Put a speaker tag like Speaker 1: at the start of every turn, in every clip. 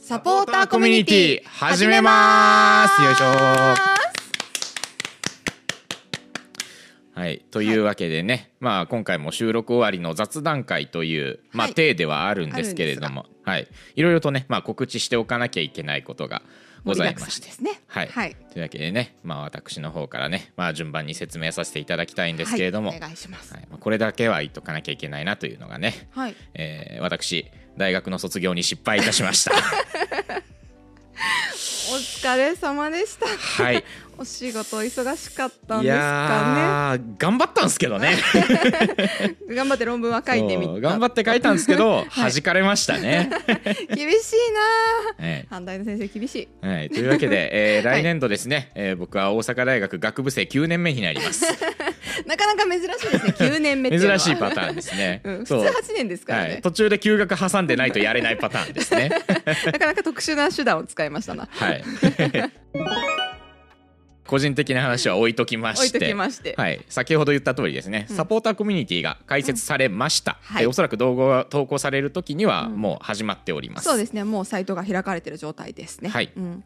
Speaker 1: サ
Speaker 2: ポーターコミュニティ始めますよいしょはい、というわけでね、まあ、今回も収録終わりの雑談会という、まあ、
Speaker 1: はい
Speaker 2: 体ではあるんですけれども、はい、いろいろとね、まあ、告知しておかなきゃいけないことがございまして
Speaker 1: 盛りだくさんですね
Speaker 2: はい
Speaker 1: はい
Speaker 2: というわけでね、まあ、私の方からね、まあ、順番に説明させていただきたいんですけれども、
Speaker 1: お願いします
Speaker 2: はいまあこれだけは言っとかなきゃいけないなというのがね、
Speaker 1: はい
Speaker 2: えー私大学の卒業に失敗いたしま した
Speaker 1: お疲れ様でした
Speaker 2: はい
Speaker 1: お仕事忙しかったん
Speaker 2: い
Speaker 1: ですか
Speaker 2: やー頑張ったんですけどね
Speaker 1: ね頑張って論文は書いてみ
Speaker 2: そう
Speaker 1: た
Speaker 2: 頑張って書いたんですけど、 弾かれました ね、
Speaker 1: 厳しいな
Speaker 2: ええ
Speaker 1: ー反対の先生厳しい
Speaker 2: はい、というわけで、えー、
Speaker 1: はい
Speaker 2: 来年度ですね、えー僕は大阪大学学部生9年目になります
Speaker 1: なかなか珍しい ですね9年目っていうのは
Speaker 2: 珍しいパターンですね、
Speaker 1: うん、普通8年ですから
Speaker 2: は
Speaker 1: ね
Speaker 2: い、、途中で休学挟んでないとやれないパターンで すね
Speaker 1: なかなか特殊な手段を使いましたな
Speaker 2: はい 個人的な話は置いときま
Speaker 1: 置い
Speaker 2: し
Speaker 1: と
Speaker 2: て
Speaker 1: きまして
Speaker 2: はい、先ほど言った通りですね、サポーターコミュニティが開設されました、
Speaker 1: うんはい
Speaker 2: えおそらく動画が投稿される時にはもう始まっております、
Speaker 1: そうですねもうサイトが開かれてる状態ですね
Speaker 2: はい
Speaker 1: うん、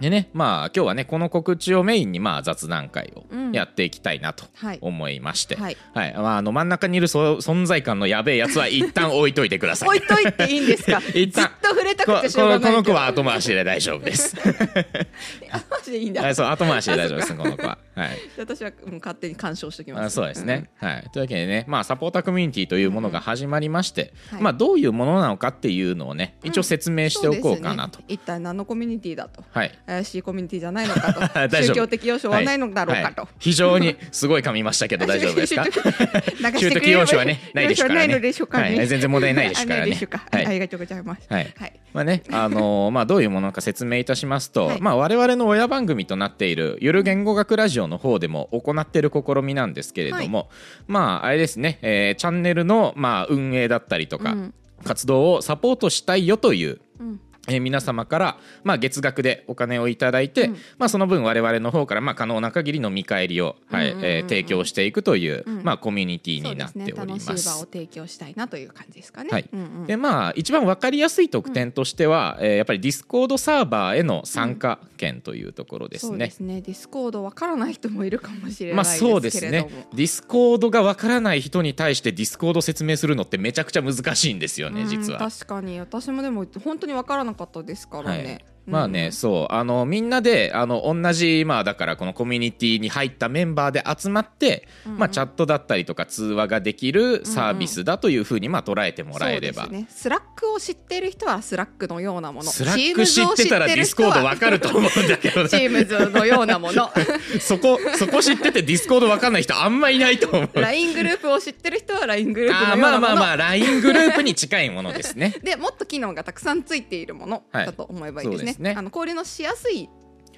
Speaker 2: でねまあ今日はねこの告知をメインにまあ雑談会を
Speaker 1: うん
Speaker 2: やっていきたいなと
Speaker 1: はい
Speaker 2: 思いまして、
Speaker 1: はい
Speaker 2: まあ、あの真ん中にいるそ存在感のやべえやつは一旦置いといてください
Speaker 1: 置いといていいんですか
Speaker 2: 一
Speaker 1: ず
Speaker 2: 旦
Speaker 1: っと触れた
Speaker 2: こ
Speaker 1: く
Speaker 2: こ
Speaker 1: てしょうが
Speaker 2: の
Speaker 1: な
Speaker 2: こ
Speaker 1: い
Speaker 2: の
Speaker 1: け
Speaker 2: 子
Speaker 1: ど
Speaker 2: は後回しで大丈夫です
Speaker 1: あマジでいいんだ
Speaker 2: はいそう後回しで大丈 夫ですこの子ははい
Speaker 1: 私はもう勝手に干渉してきます、
Speaker 2: あそうですね、はい、というわけでね、まあ、サポーターコミュニティというものが始まりまして、
Speaker 1: うんはい
Speaker 2: まあ、どういうものなのかっていうのをね一応説明
Speaker 1: うん
Speaker 2: しておこうかなと、
Speaker 1: そうですね、一体何のコミュニティだと
Speaker 2: はい
Speaker 1: 怪しいコミュニティじゃないのかと
Speaker 2: 大丈夫
Speaker 1: 宗教的要素はないのだろうかと、
Speaker 2: はい非常にすごい噛みましたけど大丈夫ですか
Speaker 1: 中
Speaker 2: 中的要素はねないですからね
Speaker 1: ないのでしょうかね、
Speaker 2: はい全然問題ないですか
Speaker 1: あ
Speaker 2: らね
Speaker 1: ないでしょうか
Speaker 2: はい
Speaker 1: ありがとうございます
Speaker 2: はいまあね、あの ーまあどういうものか説明いたしますと、
Speaker 1: はい
Speaker 2: まあ我々の親番組となっているゆる言語学ラジオの方でも行っている試みなんですけれども、まああれですね、えーチャンネルのまあ運営だったりとか、
Speaker 1: うん
Speaker 2: 活動をサポートしたいよという。
Speaker 1: うん
Speaker 2: えー皆様から、まあ、月額でお金をいただいて、
Speaker 1: うん
Speaker 2: まあ、その分我々の方から、まあ、可能な限りの見返りを、はい
Speaker 1: うんうんうんうん
Speaker 2: えー提供していくという、
Speaker 1: うん
Speaker 2: まあ、コミュニティ
Speaker 1: そう
Speaker 2: に
Speaker 1: で
Speaker 2: なっ
Speaker 1: すね
Speaker 2: ており
Speaker 1: 楽
Speaker 2: ま
Speaker 1: しい
Speaker 2: す
Speaker 1: 場を。提供したいなという感じですかね、
Speaker 2: はい
Speaker 1: うんうん
Speaker 2: でまあ一番分かりやすい特典としては、えーやっぱりディスコードサーバーへの参加権というところです
Speaker 1: そう
Speaker 2: ね
Speaker 1: で。すねディスコードわからない人もいるかもしれ
Speaker 2: ま
Speaker 1: な
Speaker 2: あ
Speaker 1: いです
Speaker 2: そうです
Speaker 1: けれ
Speaker 2: ね
Speaker 1: ども、
Speaker 2: ディスコードが分からない人に対してディスコード説明するのってめちゃくちゃ難しいんですよね、実
Speaker 1: う
Speaker 2: は
Speaker 1: ん。確かに私もでも本当にわからなかったですからね、
Speaker 2: はいまあね、
Speaker 1: うん
Speaker 2: そうあのみんなであの同じまあだからこのコミュニティに入ったメンバーで集まって、
Speaker 1: うんうん
Speaker 2: まあ、チャットだったりとか通話ができるサービスだというふうに、まあ、捉えてもらえれば、
Speaker 1: そうですね、スラックを知っている人はスラックのようなもの
Speaker 2: スラック知ってたらディスコード分かると思うんだけどね
Speaker 1: チームズのようなもの
Speaker 2: そこ、そこ知っててディスコードわかんない人あんまいないと思う。
Speaker 1: LINE グループを知ってる人は LINE グループのよ
Speaker 2: あー
Speaker 1: う
Speaker 2: まあ
Speaker 1: なもの
Speaker 2: まあまあ、LINE グループに近いものですね。
Speaker 1: でもっと機能がたくさんついているもの
Speaker 2: はい
Speaker 1: だと思えばいいですね,、
Speaker 2: そうですね
Speaker 1: あの交流のしやすい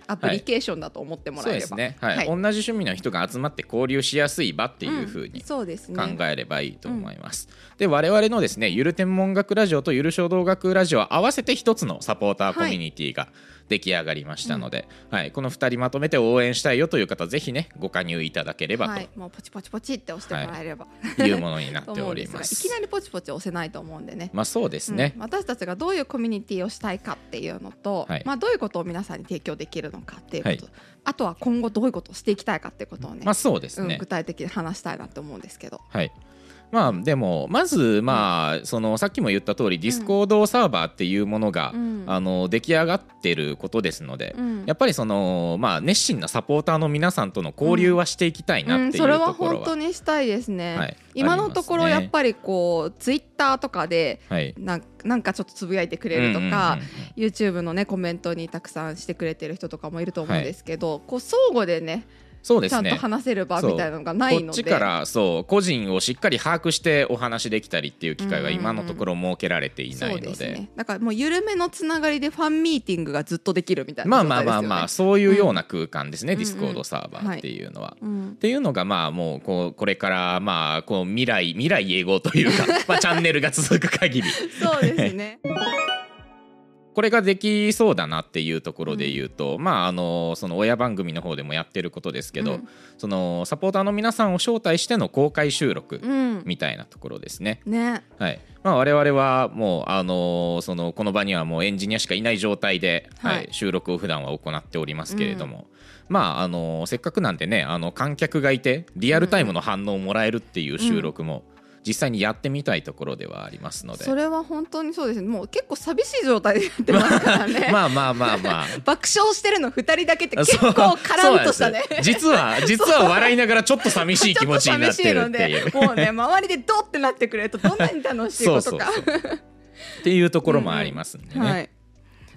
Speaker 1: アプリケーションだと思っても
Speaker 2: そ
Speaker 1: らえ
Speaker 2: うで
Speaker 1: れ
Speaker 2: す
Speaker 1: ば、
Speaker 2: ね、はい同じ趣味の人が集まって交流しやすい場っていうふうに
Speaker 1: んそうですね
Speaker 2: 考えればいいと思います。で我々のですねゆる天文学ラジオとゆる衝動学ラジオは合わせて一つのサポーターコミュニティが出来上がりましたので、はいこの2人まとめて応援したいよという方ぜひねご加入いただければ
Speaker 1: はい、もうポチポチポチって押してもらえれば、
Speaker 2: というものになっ
Speaker 1: と
Speaker 2: て
Speaker 1: 思う
Speaker 2: お
Speaker 1: んで
Speaker 2: り
Speaker 1: すが
Speaker 2: ま
Speaker 1: い
Speaker 2: す。
Speaker 1: きなりポチポチ押せないと思うんでね
Speaker 2: まあそうですね、
Speaker 1: うん私たちがどういうコミュニティをしたいかっていうのと、
Speaker 2: はい
Speaker 1: まあ、どういうことを皆さんに提供できるのかっていうこと、
Speaker 2: は
Speaker 1: あとは今後どういうことをしていきたいかっていうことをね,、
Speaker 2: まあそうです
Speaker 1: う
Speaker 2: ね。
Speaker 1: ん、具体的に話したいなと思うんですけど。
Speaker 2: はいまあ、でもまず、まあ、そのさっきも言った通りディスコードサーバーっていうものが、
Speaker 1: うん
Speaker 2: あの出来上がってることですので、
Speaker 1: うん
Speaker 2: やっぱりその、まあ、熱心なサポーターの皆さんとの交流はしていきたいな
Speaker 1: う
Speaker 2: っ
Speaker 1: ん、
Speaker 2: てい
Speaker 1: そうれ
Speaker 2: と
Speaker 1: は
Speaker 2: ころ
Speaker 1: 本
Speaker 2: は、
Speaker 1: 当にしたいですね、
Speaker 2: はい
Speaker 1: 今のところやっぱりこうツイッターとかで
Speaker 2: はい
Speaker 1: なんなんかちょっとつぶやいてくれるとか、YouTube のねコメントにたくさんしてくれてる人とかもいると思うんですけど、こう相互でね
Speaker 2: そうで
Speaker 1: ちゃ
Speaker 2: す
Speaker 1: んと
Speaker 2: ね
Speaker 1: 話せる場みたいなのがない
Speaker 2: こ
Speaker 1: の
Speaker 2: っ
Speaker 1: で
Speaker 2: ちからそう個人をしっかり把握してお話できたりっていう機会が今のところ設けられていな
Speaker 1: そう
Speaker 2: い
Speaker 1: で
Speaker 2: の
Speaker 1: す
Speaker 2: で。
Speaker 1: ね、だからもう緩めのつながりでファンミーティングがずっとできるみたい
Speaker 2: ま
Speaker 1: な
Speaker 2: あ
Speaker 1: 状
Speaker 2: まあ
Speaker 1: 態ですよ
Speaker 2: まあ
Speaker 1: ね。
Speaker 2: まあそういうような空間ですね、
Speaker 1: うん
Speaker 2: ディスコードサーバーっていうのは。
Speaker 1: うん
Speaker 2: っていうのがまあもうこうこれからまあこう未来未 来永劫というかまあチャンネルが続く限り
Speaker 1: そうですね。
Speaker 2: これができそうだなっていうところで言うと、まああのその親番組の方でもやってることですけ
Speaker 1: う
Speaker 2: ど、
Speaker 1: ん
Speaker 2: そのサポーターの皆さんを招待しての公開収録
Speaker 1: うん
Speaker 2: みたいなところですね。
Speaker 1: ね
Speaker 2: はいまあ、我々はもう、あのーそのこの場にはもうエンジニアしかいない状態で、
Speaker 1: は
Speaker 2: はいい収録を普段は行っておりますけれども、まああのーせっかくなんでねあの観客がいてリアルタイムの反応をもらえるっていう収録も実際にやってみたいところではありますので、
Speaker 1: それは本当にそうですねもう結構寂しい状態でやってますからね
Speaker 2: まあまあまあまあ。
Speaker 1: 爆笑してるの二人だけって 結構カランとしたね
Speaker 2: そうなんです実は実は笑いながらちょっと寂しい気持ちになってるってい う
Speaker 1: ちょっと寂しいのでもうね周りでドってなってくれるとどんなに楽しい
Speaker 2: そ
Speaker 1: こ
Speaker 2: う
Speaker 1: と
Speaker 2: そう
Speaker 1: か
Speaker 2: そうっていうところもありますんでね、
Speaker 1: はい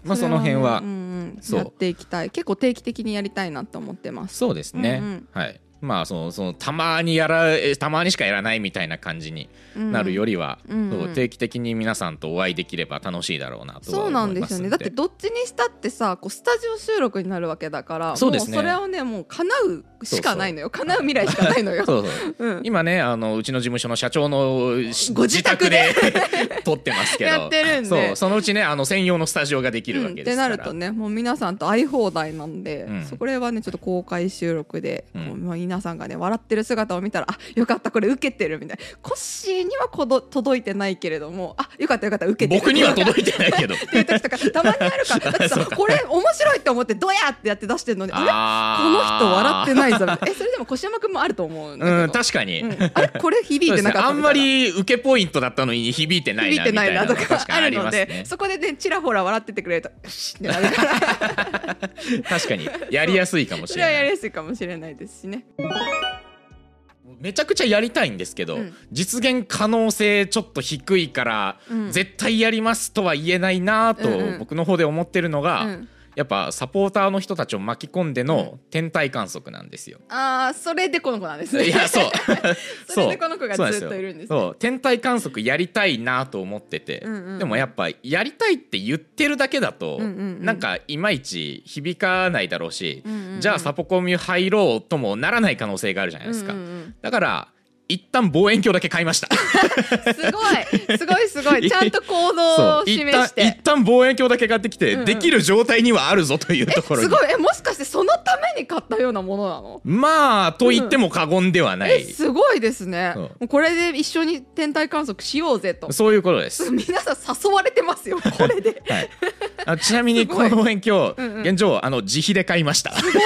Speaker 2: まあその辺は
Speaker 1: うんうん
Speaker 2: そう
Speaker 1: やっていきたい結構定期的にやりたいなと思ってます
Speaker 2: そうですね、
Speaker 1: うんうん
Speaker 2: はいまあそのそのたまにやらえたまにしかやらないみたいな感じになるよりは、
Speaker 1: うん
Speaker 2: そう
Speaker 1: うん
Speaker 2: 定期的に皆さんとお会いできれば楽しいだろうなとは
Speaker 1: そう
Speaker 2: 思
Speaker 1: なん
Speaker 2: い
Speaker 1: で
Speaker 2: ますす
Speaker 1: よね
Speaker 2: んで
Speaker 1: だってどっちにしたってさこうスタジオ収録になるわけだから
Speaker 2: そうですね
Speaker 1: もうそれをねもう叶うしかないのよ叶う未来しかないの よ
Speaker 2: そうそう
Speaker 1: うん
Speaker 2: 今ねあのうちの事務所の社長のし
Speaker 1: ご自宅で
Speaker 2: 自宅で 撮ってますけど
Speaker 1: やってるんで
Speaker 2: そうそのうちねあの専用のスタジオができる
Speaker 1: うん
Speaker 2: わ
Speaker 1: っ
Speaker 2: けで
Speaker 1: て
Speaker 2: す
Speaker 1: な
Speaker 2: から、
Speaker 1: るとねもう皆さんと会い放題なんで、
Speaker 2: うん
Speaker 1: そこらはねちょっと公開収録で、
Speaker 2: うん
Speaker 1: こうまあ皆さんがね笑ってる姿を見たらあよかったこれ受けてるみたいなコッシーにはこど届いてないけれどもあよかったよかった受けてる
Speaker 2: 僕には届いてないけど
Speaker 1: っていう時とかたまにあ るからだってさこれ面白いって思ってドヤってやって出してるのに あれこの人笑って
Speaker 2: い
Speaker 1: ないぞみたいなえそれでも小島君もあると思うんだけど、
Speaker 2: うん確かに、
Speaker 1: うんあれこれ響いてなかった
Speaker 2: あんま
Speaker 1: みたいな
Speaker 2: り受けポイントだったのに響いてない
Speaker 1: 響い
Speaker 2: な
Speaker 1: て
Speaker 2: みた
Speaker 1: ない
Speaker 2: いな
Speaker 1: な
Speaker 2: の
Speaker 1: と
Speaker 2: が
Speaker 1: か
Speaker 2: 確か
Speaker 1: あ
Speaker 2: にあ
Speaker 1: る
Speaker 2: り
Speaker 1: の
Speaker 2: ます
Speaker 1: で、
Speaker 2: ね
Speaker 1: そこでねちらほら笑っててくれるとよしってなる から
Speaker 2: 確かにやりやすいかもし
Speaker 1: そ
Speaker 2: れ
Speaker 1: れは
Speaker 2: な
Speaker 1: や
Speaker 2: い
Speaker 1: りやすいかもしれないですしね。
Speaker 2: めちゃくちゃやりたいんですけど、
Speaker 1: うん
Speaker 2: 実現可能性ちょっと低いから、
Speaker 1: うん
Speaker 2: 絶対やりますとは言えないな
Speaker 1: うんうん
Speaker 2: と僕の方で思ってるのが、
Speaker 1: うん
Speaker 2: やっぱサポーターの人たちを巻き込んでの天体観測なんですよ。
Speaker 1: ああ、それでこの子なんですね。
Speaker 2: いやそう
Speaker 1: それでこの子が
Speaker 2: そう
Speaker 1: ずっといるんですね
Speaker 2: そうなんよそう天体観測やりたいなと思ってて、
Speaker 1: うんうんうん
Speaker 2: でもやっぱやりたいって言ってるだけだと、
Speaker 1: うんうんうん
Speaker 2: なんかいまいち響かないだろうし、
Speaker 1: うんうんうん
Speaker 2: じゃあサポコミ入ろうともならない可能性があるじゃないですか、
Speaker 1: うんうんうん
Speaker 2: だから一旦望遠鏡だけ買い ました
Speaker 1: すごい、すごい、す ごい、ちゃんと行動
Speaker 2: そ
Speaker 1: を
Speaker 2: う一
Speaker 1: 示
Speaker 2: 旦
Speaker 1: し
Speaker 2: 一
Speaker 1: て。
Speaker 2: 旦望遠鏡だけ買ってきて、
Speaker 1: うんうん
Speaker 2: できる状態にはあるぞというところに
Speaker 1: すごい、え、もしかして、そのために買ったようなものなの。
Speaker 2: まあと言っても過言ではない、
Speaker 1: え、すごいですね。
Speaker 2: そう
Speaker 1: もうこれで一緒に天体観測しようぜと。
Speaker 2: そういうことです
Speaker 1: 皆さん誘われてますよ、これで。
Speaker 2: はい、あちなみに
Speaker 1: す
Speaker 2: こ
Speaker 1: ごい
Speaker 2: の望遠鏡、
Speaker 1: うんうん
Speaker 2: 現状あの自費で買いました
Speaker 1: すごい。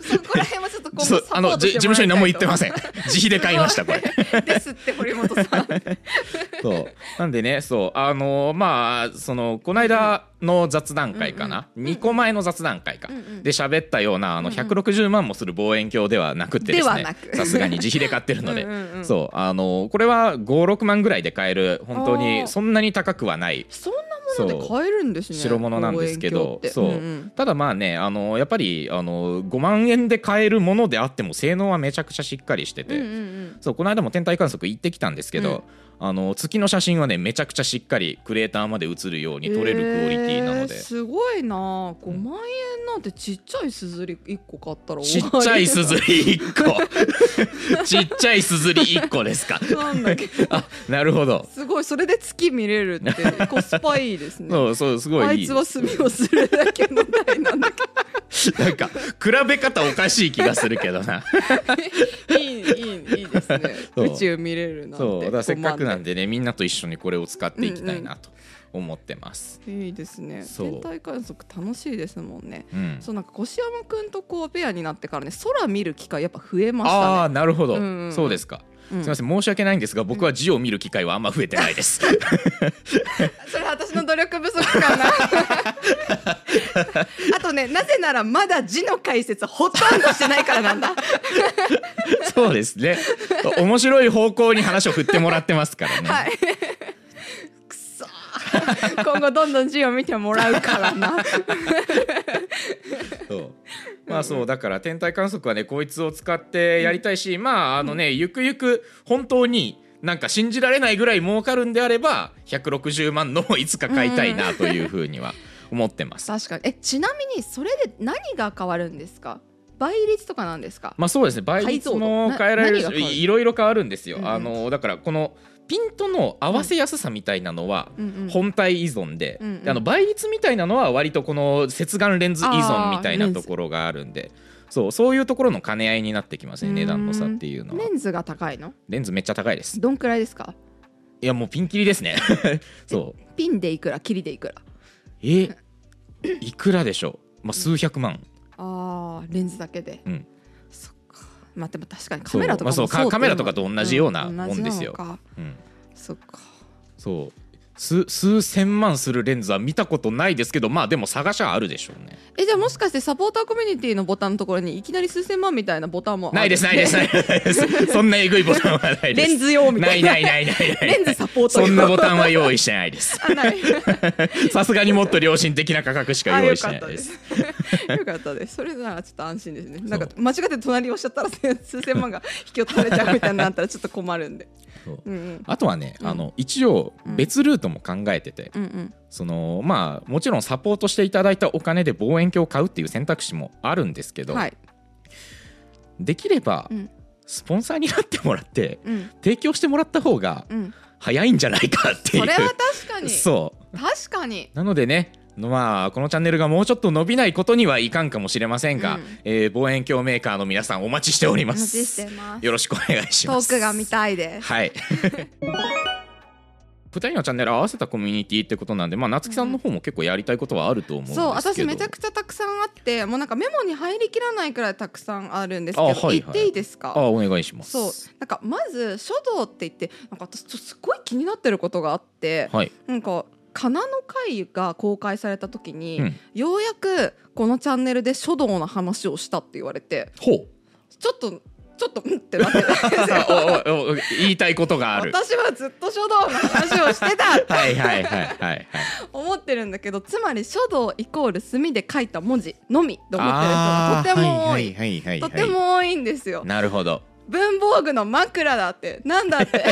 Speaker 1: そこら辺はちょっと今後
Speaker 2: そう
Speaker 1: サポ
Speaker 2: あの
Speaker 1: ートし
Speaker 2: じ事
Speaker 1: てもらいたいと
Speaker 2: 務所に何も 言ってません自費で買いましたこれ
Speaker 1: れ。 ですって堀本さん。
Speaker 2: そうなんでねそうあのーまあそのこの間の雑談会かな、二2個前の雑談会か、
Speaker 1: うんうん
Speaker 2: で喋ったようなあの160万もする望遠鏡ではなくてです
Speaker 1: ではな
Speaker 2: ね
Speaker 1: く
Speaker 2: さすがに自費で買ってるので
Speaker 1: うんうんうん
Speaker 2: そうあのーこれは56万ぐらいで買える本当
Speaker 1: あー
Speaker 2: にそんなに高くはない
Speaker 1: そんなもので買えるんですね。
Speaker 2: 代物なんですけ
Speaker 1: 望遠鏡っ
Speaker 2: ど
Speaker 1: て
Speaker 2: そう、
Speaker 1: んん
Speaker 2: ただまあねあのやっぱりあの5万円で買えるものであっても性能はめちゃくちゃしっかりしてて、
Speaker 1: うんうんうん
Speaker 2: そうこの間も天体観測行ってきたんですけど、あの月の写真はねめちゃくちゃしっかりクレーターまで映るように撮れるクオリティなので。
Speaker 1: えーすごいなあ5万円なんてちっちゃいすずり1個買ったら
Speaker 2: ち
Speaker 1: 終
Speaker 2: っ
Speaker 1: わり
Speaker 2: ちゃいすずり1個ちっちゃいすずり1個ですか
Speaker 1: なんだっけ
Speaker 2: あなるほど
Speaker 1: すごいそれで月見れるってコスパいいですね
Speaker 2: そうそうすご
Speaker 1: あ
Speaker 2: いい
Speaker 1: い
Speaker 2: い
Speaker 1: つは墨をするだけの台なん だけ
Speaker 2: なんか比べ方おかしい気がするけどな
Speaker 1: どいいいいいいですね
Speaker 2: そう
Speaker 1: 宇宙見れるなんて
Speaker 2: そうだからせっかくなん
Speaker 1: で
Speaker 2: でねみんなと一緒にこれを使っていきたいなと思ってます、
Speaker 1: いいですね
Speaker 2: そう
Speaker 1: 天体観測楽しいですもんね
Speaker 2: うん、
Speaker 1: そうなんか越山くんとこうペアになってからね空見る機会やっぱ増えましたね
Speaker 2: ああーなるほど、
Speaker 1: うんうんうん
Speaker 2: そうですか、
Speaker 1: うん
Speaker 2: すみません申し訳ないんですが僕は字を見る機会はあんま増えてないです
Speaker 1: それ私の努力不足かなあとねなぜならまだ字の解説ほとんどしてないからなんだ
Speaker 2: そうですね面白い方向に話を振ってもらってますから ね、
Speaker 1: はいくそー今後どんどん字を見てもらうからな
Speaker 2: そうまあそうだから天体観測はねこいつを使ってやりたいし、まああのねゆくゆく本当になんか信じられないぐらい儲かるんであれば160万のをいつか買いたいなというふうには思ってます、
Speaker 1: 確かにえちなみにそれで何が変わるんですか倍率とかなんですか
Speaker 2: まあそうですね倍率も変えられる
Speaker 1: 解像度な何が変わる
Speaker 2: しいいろいろ変わるんですよ、
Speaker 1: うんうん
Speaker 2: あのだからこのピントの合わせやすさみたいなのは
Speaker 1: うんうん
Speaker 2: 本体依存で,、
Speaker 1: うんうん
Speaker 2: であの倍率みたいなのは割とこの接眼レンズ依存みたいなところがあるんでそうそういうところの兼ね合いになってきますね
Speaker 1: うーん
Speaker 2: 値段の差っていうのは
Speaker 1: レンズが高いの
Speaker 2: レンズめっちゃ高いです
Speaker 1: どんくらいですか
Speaker 2: いやもうピンキリで すねそう
Speaker 1: ピンでいくらキリでいくら
Speaker 2: えいくらでしょう、まあ、数百万
Speaker 1: あーレンズだけで、
Speaker 2: うん
Speaker 1: そっかまあでも確かに
Speaker 2: そ
Speaker 1: カ
Speaker 2: う
Speaker 1: メラとかも
Speaker 2: まあそうか
Speaker 1: っていうのは
Speaker 2: カメラとかと同じような
Speaker 1: 同じ
Speaker 2: もんですよ
Speaker 1: なのか
Speaker 2: うん
Speaker 1: そっか
Speaker 2: そう数数千万するレンズは見たことないですけどまあでも探しはあるでしょうね
Speaker 1: えじゃあもしかしてサポーターコミュニティのボタンのところにいきなり数千万みたいなボタンもある
Speaker 2: ないですないですないですそんなえぐいボタンはないで す
Speaker 1: レンズ用みたいな
Speaker 2: ないないないないない
Speaker 1: レンズサポート
Speaker 2: そ
Speaker 1: 用
Speaker 2: んなボタンは用意してないです
Speaker 1: あない
Speaker 2: さすがにもっと良心的な価格しか
Speaker 1: あ
Speaker 2: 用
Speaker 1: よ
Speaker 2: 意して
Speaker 1: か
Speaker 2: な
Speaker 1: っ
Speaker 2: い
Speaker 1: た
Speaker 2: で
Speaker 1: ですすよかったですそれならちょっと安心ですねなんか
Speaker 2: そ
Speaker 1: 間違って隣押しちゃったら 数千万が引き落とされちゃうみたいになったらちょっと困るんで
Speaker 2: そう
Speaker 1: うんうん
Speaker 2: あとはね、
Speaker 1: うん
Speaker 2: あの一応別ルートも考えてて、
Speaker 1: うんうん
Speaker 2: そのまあもちろんサポートしていただいたお金で望遠鏡を買うっていう選択肢もあるんですけど、
Speaker 1: はい
Speaker 2: できれば
Speaker 1: うん
Speaker 2: スポンサーになってもらって
Speaker 1: うん
Speaker 2: 提供してもらった方が
Speaker 1: うん
Speaker 2: 早いんじゃないかっていう
Speaker 1: それは確かに
Speaker 2: そう
Speaker 1: 確かに
Speaker 2: なのでねまあこのチャンネルがもうちょっと伸びないことにはいかんかもしれませんが、
Speaker 1: うん
Speaker 2: えー望遠鏡メーカーの皆さんお待ちしており
Speaker 1: お
Speaker 2: ま
Speaker 1: 待ち
Speaker 2: す
Speaker 1: してます
Speaker 2: よろしくお願いし
Speaker 1: ト
Speaker 2: ます
Speaker 1: ークが見たいです
Speaker 2: はい2人のチャンネル合わせたコミュニティってことなんで、まあ、夏木さんの方も結構やりたいことはあると思うんですけど、
Speaker 1: そう私めちゃく
Speaker 2: ち
Speaker 1: ちゃたくさんあってもうなんかメモに入りきらないくらいたくさんあるんですけど、
Speaker 2: あはいはい
Speaker 1: 言っていいですか
Speaker 2: あお願いします
Speaker 1: そうなんかまず書道って言ってなんか私ちょっとすごい気になってることがあって、
Speaker 2: はい、
Speaker 1: なんか「かなの会」が公開された時に、
Speaker 2: うん
Speaker 1: ようやくこのチャンネルで書道の話をしたって言われて
Speaker 2: ほう
Speaker 1: ちょっとちょっとうんってなってたんですよ
Speaker 2: おおお言いたいこと が ある
Speaker 1: 私はずっと書道の話をしてたって
Speaker 2: はいはいはいはいはい
Speaker 1: 思ってるんだけどつまり書道イコール墨で書いた文字のみ と思ってる人がとても多い。
Speaker 2: あーはいはいはいはい
Speaker 1: とても多いんですよ。
Speaker 2: なるほど
Speaker 1: 文房具の枕だって、なんだって、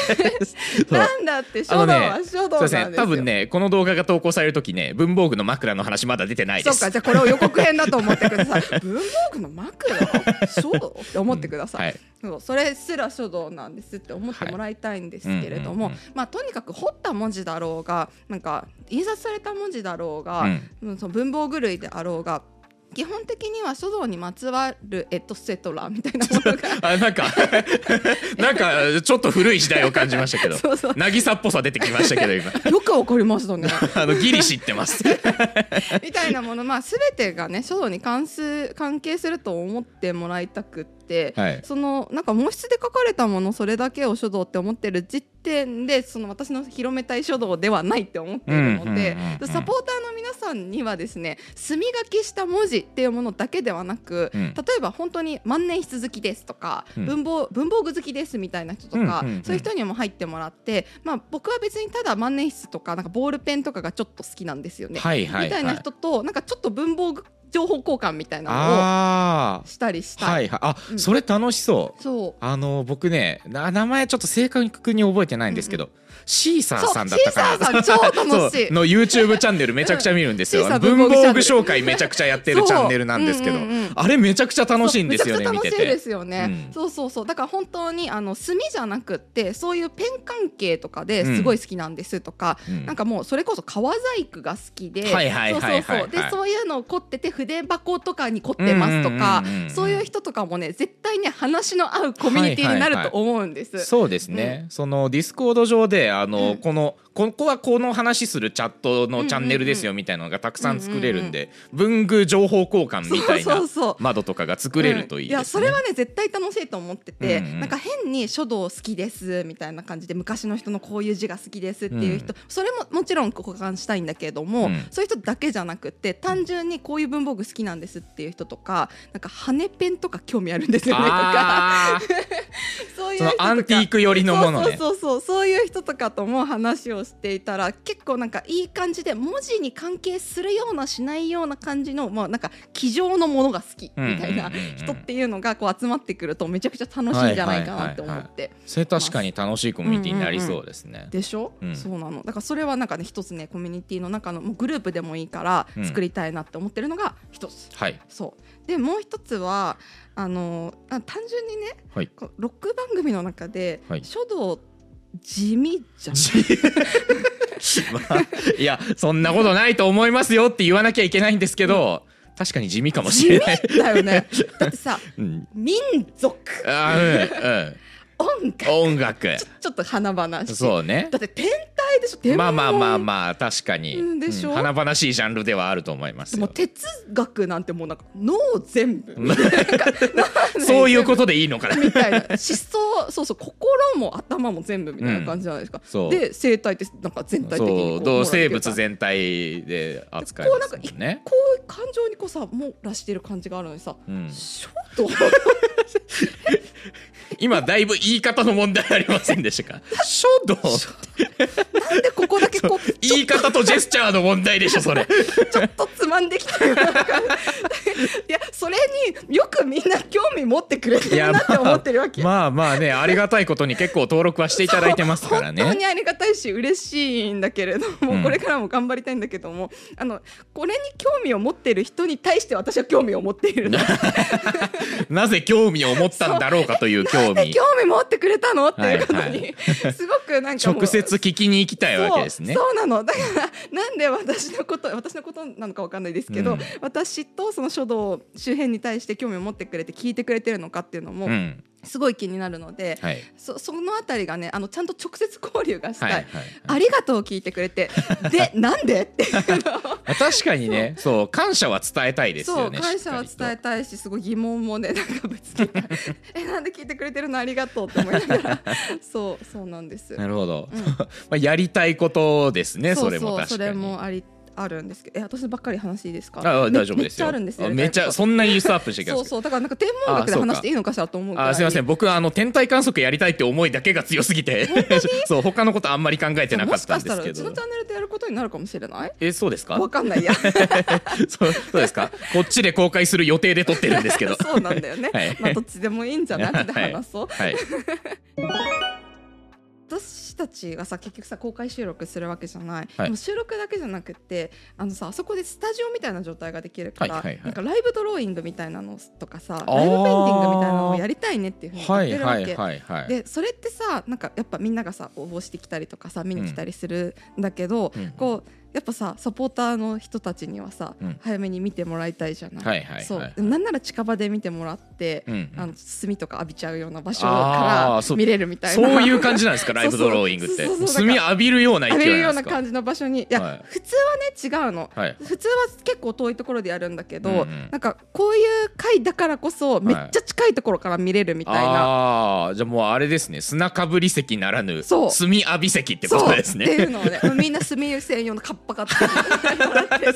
Speaker 2: そう
Speaker 1: なんだって、書
Speaker 2: あの
Speaker 1: 道
Speaker 2: ね
Speaker 1: は書道な
Speaker 2: そうん
Speaker 1: です
Speaker 2: です
Speaker 1: よ。
Speaker 2: ね多分ねこの動画が投稿される時ね文房具の枕の話まだ出てないで
Speaker 1: そっ
Speaker 2: す
Speaker 1: か、じゃあこれを予告編だと思ってください。文房具の枕書道って思ってください。
Speaker 2: はい
Speaker 1: そうそれすら書道なんですって思ってもらいたいんですけれども、
Speaker 2: はいうんうん
Speaker 1: まあとにかく彫った文字だろうがなんか印刷された文字だろう
Speaker 2: う
Speaker 1: が
Speaker 2: ん、
Speaker 1: うん、その文房具類であろうが基本的には書道にまつわるエトセトラみたいなものが
Speaker 2: あなん かなんかちょっと古い時代を感じました けど
Speaker 1: そうそう
Speaker 2: 渚っぽさ出てきましたけど 今
Speaker 1: よくわかりましたね。
Speaker 2: あのギリ知ってます
Speaker 1: みたいなもの、まあ、全てがね書道に関す関係すると思ってもらいたくって、
Speaker 2: はい
Speaker 1: そのなんか毛筆で書かれたものそれだけを書道って思ってる時点でその私の広めたい書道ではないって思っているので
Speaker 2: うんうんうんうん
Speaker 1: サポーターの皆さんにはですね墨書きした文字っていうものだけではなく、
Speaker 2: うん
Speaker 1: 例えば本当に万年筆好きですとか、
Speaker 2: うん
Speaker 1: 文房文房具好きですみたいな人とか、
Speaker 2: うんうんうん
Speaker 1: そういう人にも入ってもらって、まあ、僕は別にただ万年筆とかなんかボールペンとかがちょっと好きなんですよね。
Speaker 2: はいはいはい
Speaker 1: みたいな人となんかちょっと文房具情報交換みたいなの
Speaker 2: あ
Speaker 1: をしたりした
Speaker 2: あ
Speaker 1: い。
Speaker 2: はいはいあ、
Speaker 1: うん
Speaker 2: それ楽しそう
Speaker 1: そう
Speaker 2: あの僕ねな名前ちょっと正確に覚えてないんですけど、シーサー
Speaker 1: そう
Speaker 2: さんだったかな
Speaker 1: シーサーさん超楽しい
Speaker 2: そうの YouTube チャンネルめちゃくちゃ見るんですよ、
Speaker 1: うんシーサー
Speaker 2: 文
Speaker 1: 文
Speaker 2: 房
Speaker 1: 房
Speaker 2: 具
Speaker 1: 具
Speaker 2: 紹介めちゃくちゃやってる
Speaker 1: そう
Speaker 2: チャンネルなんですけど、
Speaker 1: うんうんうん
Speaker 2: あれめちゃくちゃ楽しいんですよね
Speaker 1: そう
Speaker 2: 見
Speaker 1: めち
Speaker 2: て
Speaker 1: ゃくちゃ楽しいで
Speaker 2: て
Speaker 1: すよね。
Speaker 2: うん
Speaker 1: そうそうそう。だから本当にあの墨じゃなくってそういうペン関係とかですごい好きなんですとか、
Speaker 2: うん
Speaker 1: なんかもうそれこそ革細工が好きで、
Speaker 2: はいはい
Speaker 1: そうそ
Speaker 2: はいうはい
Speaker 1: そ。
Speaker 2: はいう
Speaker 1: でそういうのを凝ってて筆箱とかに凝ってますとか
Speaker 2: うんうんうんうんう、ん
Speaker 1: そういう人とかもね絶対ね話の合うコミュニティになると思うんです。
Speaker 2: そうですね、そのディスコード上であの、
Speaker 1: うん
Speaker 2: このここはこの話するチャット
Speaker 1: うんうん
Speaker 2: の
Speaker 1: うん
Speaker 2: チャンネルですよみたいなのがたくさん作れるんで、文具情報交換みたいな
Speaker 1: そうそうそう
Speaker 2: 窓とかが作れるといいですね。
Speaker 1: やそれはね絶対楽しいと思ってて、
Speaker 2: うんうん
Speaker 1: なんか変に書道好きですみたいな感じで昔の人のこういう字が好きですっていう人、それももちろん交換したいんだけれども、
Speaker 2: うん
Speaker 1: そういう人だけじゃなくて単純にこういう文房具好きなんですっていう人とかなんか羽ペンとか興味あるんですよねとか
Speaker 2: あー
Speaker 1: そういう人
Speaker 2: その
Speaker 1: とか
Speaker 2: アンティーク寄りのものね。
Speaker 1: そうそうそうそうそういう人とかとも話をしていたら結構なんかいい感じで文字に関係するようなしないような感じのまあなんか机上のものが好きみたいな
Speaker 2: うんうんうんうん
Speaker 1: 人っていうのがこう集まってくるとめちゃくちゃ楽しいんじゃないかなって思
Speaker 2: はい
Speaker 1: っ
Speaker 2: は
Speaker 1: て。
Speaker 2: それ確かに楽しいコミュニティになりそうですね。
Speaker 1: でしょ、
Speaker 2: うん
Speaker 1: そうなのだからそれはなんかね一つねコミュニティの中のもうグループでもいいから
Speaker 2: うん
Speaker 1: 作りたいなって思ってるのが一つ、
Speaker 2: はい
Speaker 1: そうでもう一つはあのあ単純にね
Speaker 2: はい
Speaker 1: こうロック番組の中で
Speaker 2: はい
Speaker 1: 書道地味じゃん
Speaker 2: まあいやそんなことないと思いますよって言わなきゃいけないんですけど、確かに地味かもしれない。
Speaker 1: 地味だよ ねだってさ
Speaker 2: うん
Speaker 1: 民族
Speaker 2: あー
Speaker 1: 音楽ちょ
Speaker 2: うんうん、音楽
Speaker 1: ちょっと華々しい
Speaker 2: そうね
Speaker 1: だって天体でしょ天文
Speaker 2: まあまあまあまあ確かに、
Speaker 1: うんでしょ
Speaker 2: 華々しいジャンルではあると思います
Speaker 1: もう
Speaker 2: よ
Speaker 1: 哲学なんてもうなんか脳全 部なんか
Speaker 2: そういうことでいいのかな
Speaker 1: みたいな思想そうそう心も頭も全部みたいな感じじゃないですか、
Speaker 2: そう
Speaker 1: で生態ってなんか全体的にこ
Speaker 2: そうう動
Speaker 1: 網羅で
Speaker 2: 生
Speaker 1: きるか
Speaker 2: 物
Speaker 1: ら
Speaker 2: 全体で扱いますもんね
Speaker 1: こういう感情にこうさ網羅してる感じがあるのにさ、
Speaker 2: うん
Speaker 1: ショート
Speaker 2: 今だいぶ言い方の問題ありませんでしたか 書道
Speaker 1: なん でここだけこうちょ
Speaker 2: 言い方とジェスチャーの問題でしょそれ
Speaker 1: ちょっとつまんできたような感じいやそれによくみんな興味持ってくれてるなって思ってるわけ。
Speaker 2: まあまあねありがたいことに結構登録はしていただいてますから
Speaker 1: 本当
Speaker 2: ね
Speaker 1: にありがたいし嬉しいんだけれども、
Speaker 2: うん
Speaker 1: これからも頑張りたいんだけどもあのこれに興味を持っている人に対して私は興味を持っているの
Speaker 2: なぜ興味を持ったんだろうかという興
Speaker 1: で
Speaker 2: 味
Speaker 1: 興味持ってくれたのっていうことに、
Speaker 2: はいは
Speaker 1: すごくなんかもう
Speaker 2: 直接聞きに行きたいわけですね
Speaker 1: そうそうなのだからなんで私のこと 私のことなのかわかんないですけど、
Speaker 2: うん
Speaker 1: 私とその書道周辺に対して興味を持ってくれて聞いてくれてるのかっていうのも
Speaker 2: うん
Speaker 1: すごい気になるので、
Speaker 2: はい
Speaker 1: そそのあたりがねあのちゃんと直接交流がした
Speaker 2: はい
Speaker 1: い。
Speaker 2: はい
Speaker 1: ありがとうを聞いてくれて でなんでって
Speaker 2: 確かにねそう感謝は伝えたいです
Speaker 1: そ
Speaker 2: よ
Speaker 1: う
Speaker 2: ね
Speaker 1: 感謝は
Speaker 2: しっ
Speaker 1: 伝
Speaker 2: か
Speaker 1: え
Speaker 2: りと
Speaker 1: たいしすごい疑問もねなんかぶつけ たえなんで聞いてくれてるのありがとうって思いながらそうそうなんです
Speaker 2: なるほど、
Speaker 1: うん
Speaker 2: まあやりたいことですね
Speaker 1: そ
Speaker 2: そうれも
Speaker 1: そ
Speaker 2: 確か
Speaker 1: う
Speaker 2: に
Speaker 1: それもありあるんですけどえ私ばっかり話していいですか
Speaker 2: ああ
Speaker 1: め
Speaker 2: 大丈夫です
Speaker 1: めっち
Speaker 2: よ
Speaker 1: ゃあるんですよ
Speaker 2: あめっち
Speaker 1: やりた
Speaker 2: ゃ
Speaker 1: いこ
Speaker 2: そんなにリストアップしてく
Speaker 1: とそ
Speaker 2: ださ
Speaker 1: う
Speaker 2: い
Speaker 1: そうだからなんか天文学で
Speaker 2: あそうか
Speaker 1: 話していいのかしらと思うから
Speaker 2: あすみません僕はあの天体観測やりたいって思いだけが強すぎて そう他のことあんまり考えてなか
Speaker 1: も
Speaker 2: っ
Speaker 1: したか
Speaker 2: ん
Speaker 1: し
Speaker 2: で
Speaker 1: た
Speaker 2: す
Speaker 1: らう
Speaker 2: け
Speaker 1: ちの
Speaker 2: ど
Speaker 1: チャンネルでやることになるかもしれない
Speaker 2: えそうですか
Speaker 1: わかんないや
Speaker 2: そうそうですかこっちで公開する予定で撮ってるんですけど
Speaker 1: そうなんだよね、
Speaker 2: はい
Speaker 1: まあどっちでもいいんじゃない後で話そう
Speaker 2: はい
Speaker 1: 私たちがさ結局さ公開収録するわけじゃない、
Speaker 2: はい
Speaker 1: でも収録だけじゃなくてあのさあそこでスタジオみたいな状態ができるから、
Speaker 2: はいはいはい
Speaker 1: なんかライブドローイングみたいなのとかさ
Speaker 2: あー
Speaker 1: ライブペインティングみたいなのをやりたいねっていうふうに言っ
Speaker 2: は
Speaker 1: て
Speaker 2: い
Speaker 1: るわ
Speaker 2: は
Speaker 1: け、
Speaker 2: いはいはい
Speaker 1: でそれってさなんかやっぱみんながさ応募してきたりとかさ見に来たりするんだけど、
Speaker 2: うん
Speaker 1: こうやっぱさサポーターの人たちにはさ、
Speaker 2: うん
Speaker 1: 早めに見てもらいたいじゃない。
Speaker 2: はいはいはい
Speaker 1: そうなんなら近場で見てもらって、
Speaker 2: うんうん
Speaker 1: あの炭とか浴びちゃうような場所
Speaker 2: あ
Speaker 1: か
Speaker 2: ーそ
Speaker 1: ら
Speaker 2: う
Speaker 1: 見れるみたいな
Speaker 2: そういう感じな んですかライブドローイングって
Speaker 1: そうそうそうそう
Speaker 2: 炭浴びるような勢い
Speaker 1: 浴びるよ
Speaker 2: な
Speaker 1: うんな
Speaker 2: ですか
Speaker 1: 感じの場所にいや、
Speaker 2: はい
Speaker 1: 普通はね違うの、
Speaker 2: はい
Speaker 1: 普通は結構遠いところでやるんだけど、
Speaker 2: うんうん
Speaker 1: なんかこういう回だからこそめっちゃ近いところから見れるみたいな、
Speaker 2: ああじゃあもうあれですね砂かぶり席ならぬ
Speaker 1: そ
Speaker 2: 炭
Speaker 1: う
Speaker 2: 浴び席ってこ
Speaker 1: そう
Speaker 2: とです
Speaker 1: ってい
Speaker 2: ね
Speaker 1: うのをねみんな炭湯専用のカッパ買ってもらって
Speaker 2: デ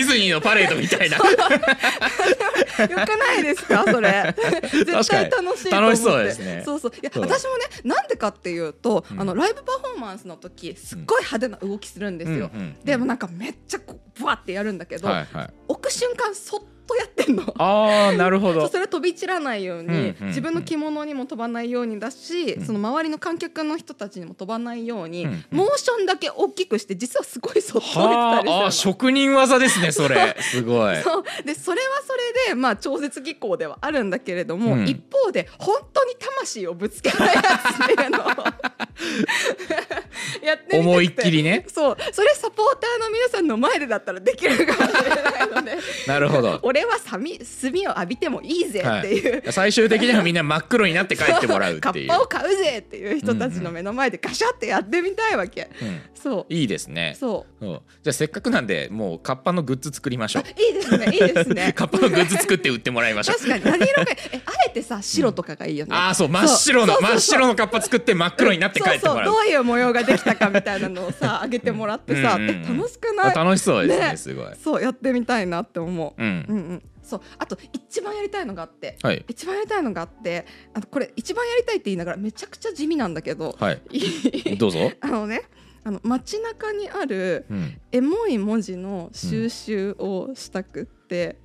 Speaker 2: ィズニーのパレードみたい な
Speaker 1: よくないですか それ絶対楽しいと思って
Speaker 2: 確かに楽しそうですね
Speaker 1: そうそういや
Speaker 2: そう
Speaker 1: 私もねなんでかっていうと、
Speaker 2: うん
Speaker 1: あのライブパフォーマンスの時すっごい派手な動きするんですよ、
Speaker 2: うんうんうん
Speaker 1: でもなんかめっちゃこうブワってやるんだけど、
Speaker 2: はいはい
Speaker 1: 置く瞬間そっとやってんの
Speaker 2: ああなるほ
Speaker 1: そう
Speaker 2: ど
Speaker 1: それ飛び散らないように、
Speaker 2: うんうんうん
Speaker 1: 自分の着物にも飛ばないようにだし、
Speaker 2: ん
Speaker 1: その周りの観客の人たちにも飛ばないように、
Speaker 2: うんうん
Speaker 1: モーションだけ大きくして実はすごいそっと置いてたり
Speaker 2: は
Speaker 1: する
Speaker 2: あ
Speaker 1: の
Speaker 2: あ職人技ですねそれすごい
Speaker 1: そうでそれはそれで、まあ、超絶技巧ではあるんだけれども、
Speaker 2: うん
Speaker 1: 一方で本当に魂をぶつけないやつっていうのを やってみたくて
Speaker 2: 思いっきりね
Speaker 1: そうそれサポーターの皆さんの前でだったらできるかもしれないので
Speaker 2: なるほど
Speaker 1: 俺はさみ炭を浴びてもいいぜっていう、
Speaker 2: はい、最終的にはみんな真っ黒になって帰ってもらう っ
Speaker 1: カ
Speaker 2: てい
Speaker 1: ッ
Speaker 2: う
Speaker 1: パを買うぜっていう人たちの目の前でガシャってやってみたいわけ、
Speaker 2: うん
Speaker 1: そ
Speaker 2: いいですね
Speaker 1: うそ
Speaker 2: そうじゃあせっかくなんでもうカッパのグッズ作りまし
Speaker 1: う
Speaker 2: ょう
Speaker 1: あいいですねいいですね
Speaker 2: カッパのグッズ作って売ってもらいましょう
Speaker 1: 確かに何色がいいえあえてさ白とかがいいよね、
Speaker 2: ああそう真っ白の
Speaker 1: そうそう
Speaker 2: 真
Speaker 1: そう
Speaker 2: っ白のカッパ作って真っ黒になって帰ってもらう
Speaker 1: そうそうどういう模様ができたかみたいなのをさあげてもらってさ、
Speaker 2: うんうんうん
Speaker 1: え楽しく
Speaker 2: あ
Speaker 1: ない
Speaker 2: 楽しそうですね
Speaker 1: ね
Speaker 2: すごい
Speaker 1: そうやってみたいなって思う、
Speaker 2: うん、
Speaker 1: うん、うんそうあと一番やりたいのがあって
Speaker 2: はい
Speaker 1: 一番やりたいのがあってあのこれ一番やりたいって言いながらめちゃくちゃ地味なんだけ ど、
Speaker 2: はい
Speaker 1: いい
Speaker 2: どうぞ、
Speaker 1: あのねあの街中にある
Speaker 2: うん、
Speaker 1: エモい文字の収集をしたくって、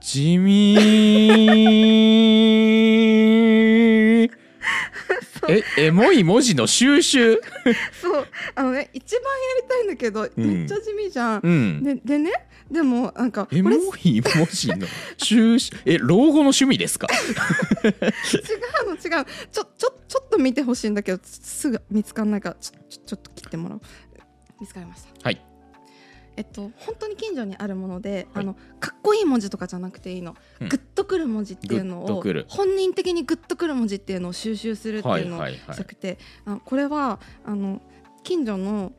Speaker 2: 地味えエモい文字の収集
Speaker 1: そうあのね一番やりたいんだけど、
Speaker 2: ん
Speaker 1: めっちゃ地味じゃん、
Speaker 2: うん
Speaker 1: ででねでもなんかこ
Speaker 2: エ
Speaker 1: れ
Speaker 2: モ
Speaker 1: 違
Speaker 2: い文字の収集え老後の趣味ですか
Speaker 1: うの違うちょちょちょっと見てほしいんだけどすぐ見つかんないからちょちょちょっと切ってもらおう見つかりました
Speaker 2: はい
Speaker 1: えっと本当に近所にあるもので、
Speaker 2: は
Speaker 1: あ
Speaker 2: い
Speaker 1: のかっこいい文字とかじゃなくていいの、
Speaker 2: うん
Speaker 1: グッとくる文字っていうの
Speaker 2: グッと
Speaker 1: を
Speaker 2: くる
Speaker 1: 本人的にグッとくる文字っていうのを収集するって
Speaker 2: はいいう
Speaker 1: のを
Speaker 2: はいは
Speaker 1: した
Speaker 2: い
Speaker 1: くて、あこれはあの近所の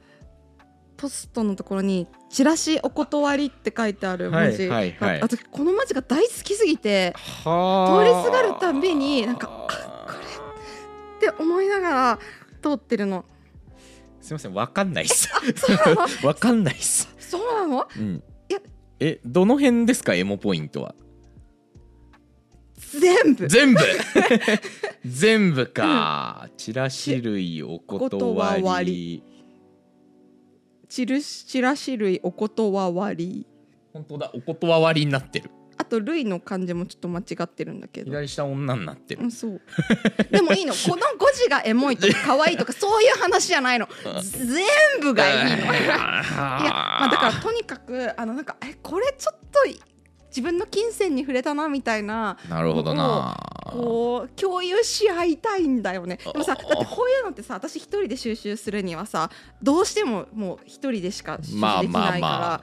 Speaker 1: ポストのところに「チラシお断り」って書いてある文字、
Speaker 2: はいはいはい
Speaker 1: あ私この文字が大好きすぎて
Speaker 2: はあ
Speaker 1: 通りすがるたんびになんかって思いながら通ってるの
Speaker 2: すいませんわかんないっす
Speaker 1: そうなの
Speaker 2: わかんないっす、
Speaker 1: そうなの
Speaker 2: うん
Speaker 1: いや、
Speaker 2: えどの辺ですかエモポイントは
Speaker 1: 全部
Speaker 2: 全部全部か、チラシ類お断
Speaker 1: お断
Speaker 2: り
Speaker 1: りチルシチラシ類お断り
Speaker 2: 本当だお断りになってる
Speaker 1: あと類の漢字もちょっと間違ってるんだけど。
Speaker 2: 左下女になって
Speaker 1: う
Speaker 2: る
Speaker 1: ん、そうでもいいのこの語字がエモいとか可愛いとかそういう話じゃないの
Speaker 2: うん
Speaker 1: 全部がいい のいや、まあ、だからとにかくあのなんかえこれちょっとい自分の金銭に触れたなみたいな
Speaker 2: なるほどな
Speaker 1: こう共有し合いたいんだよねでもさだってこういうのってさ私一人で収集するにはさどうしてももう一人でしか収集でき
Speaker 2: まあ
Speaker 1: ないから、
Speaker 2: まあまあ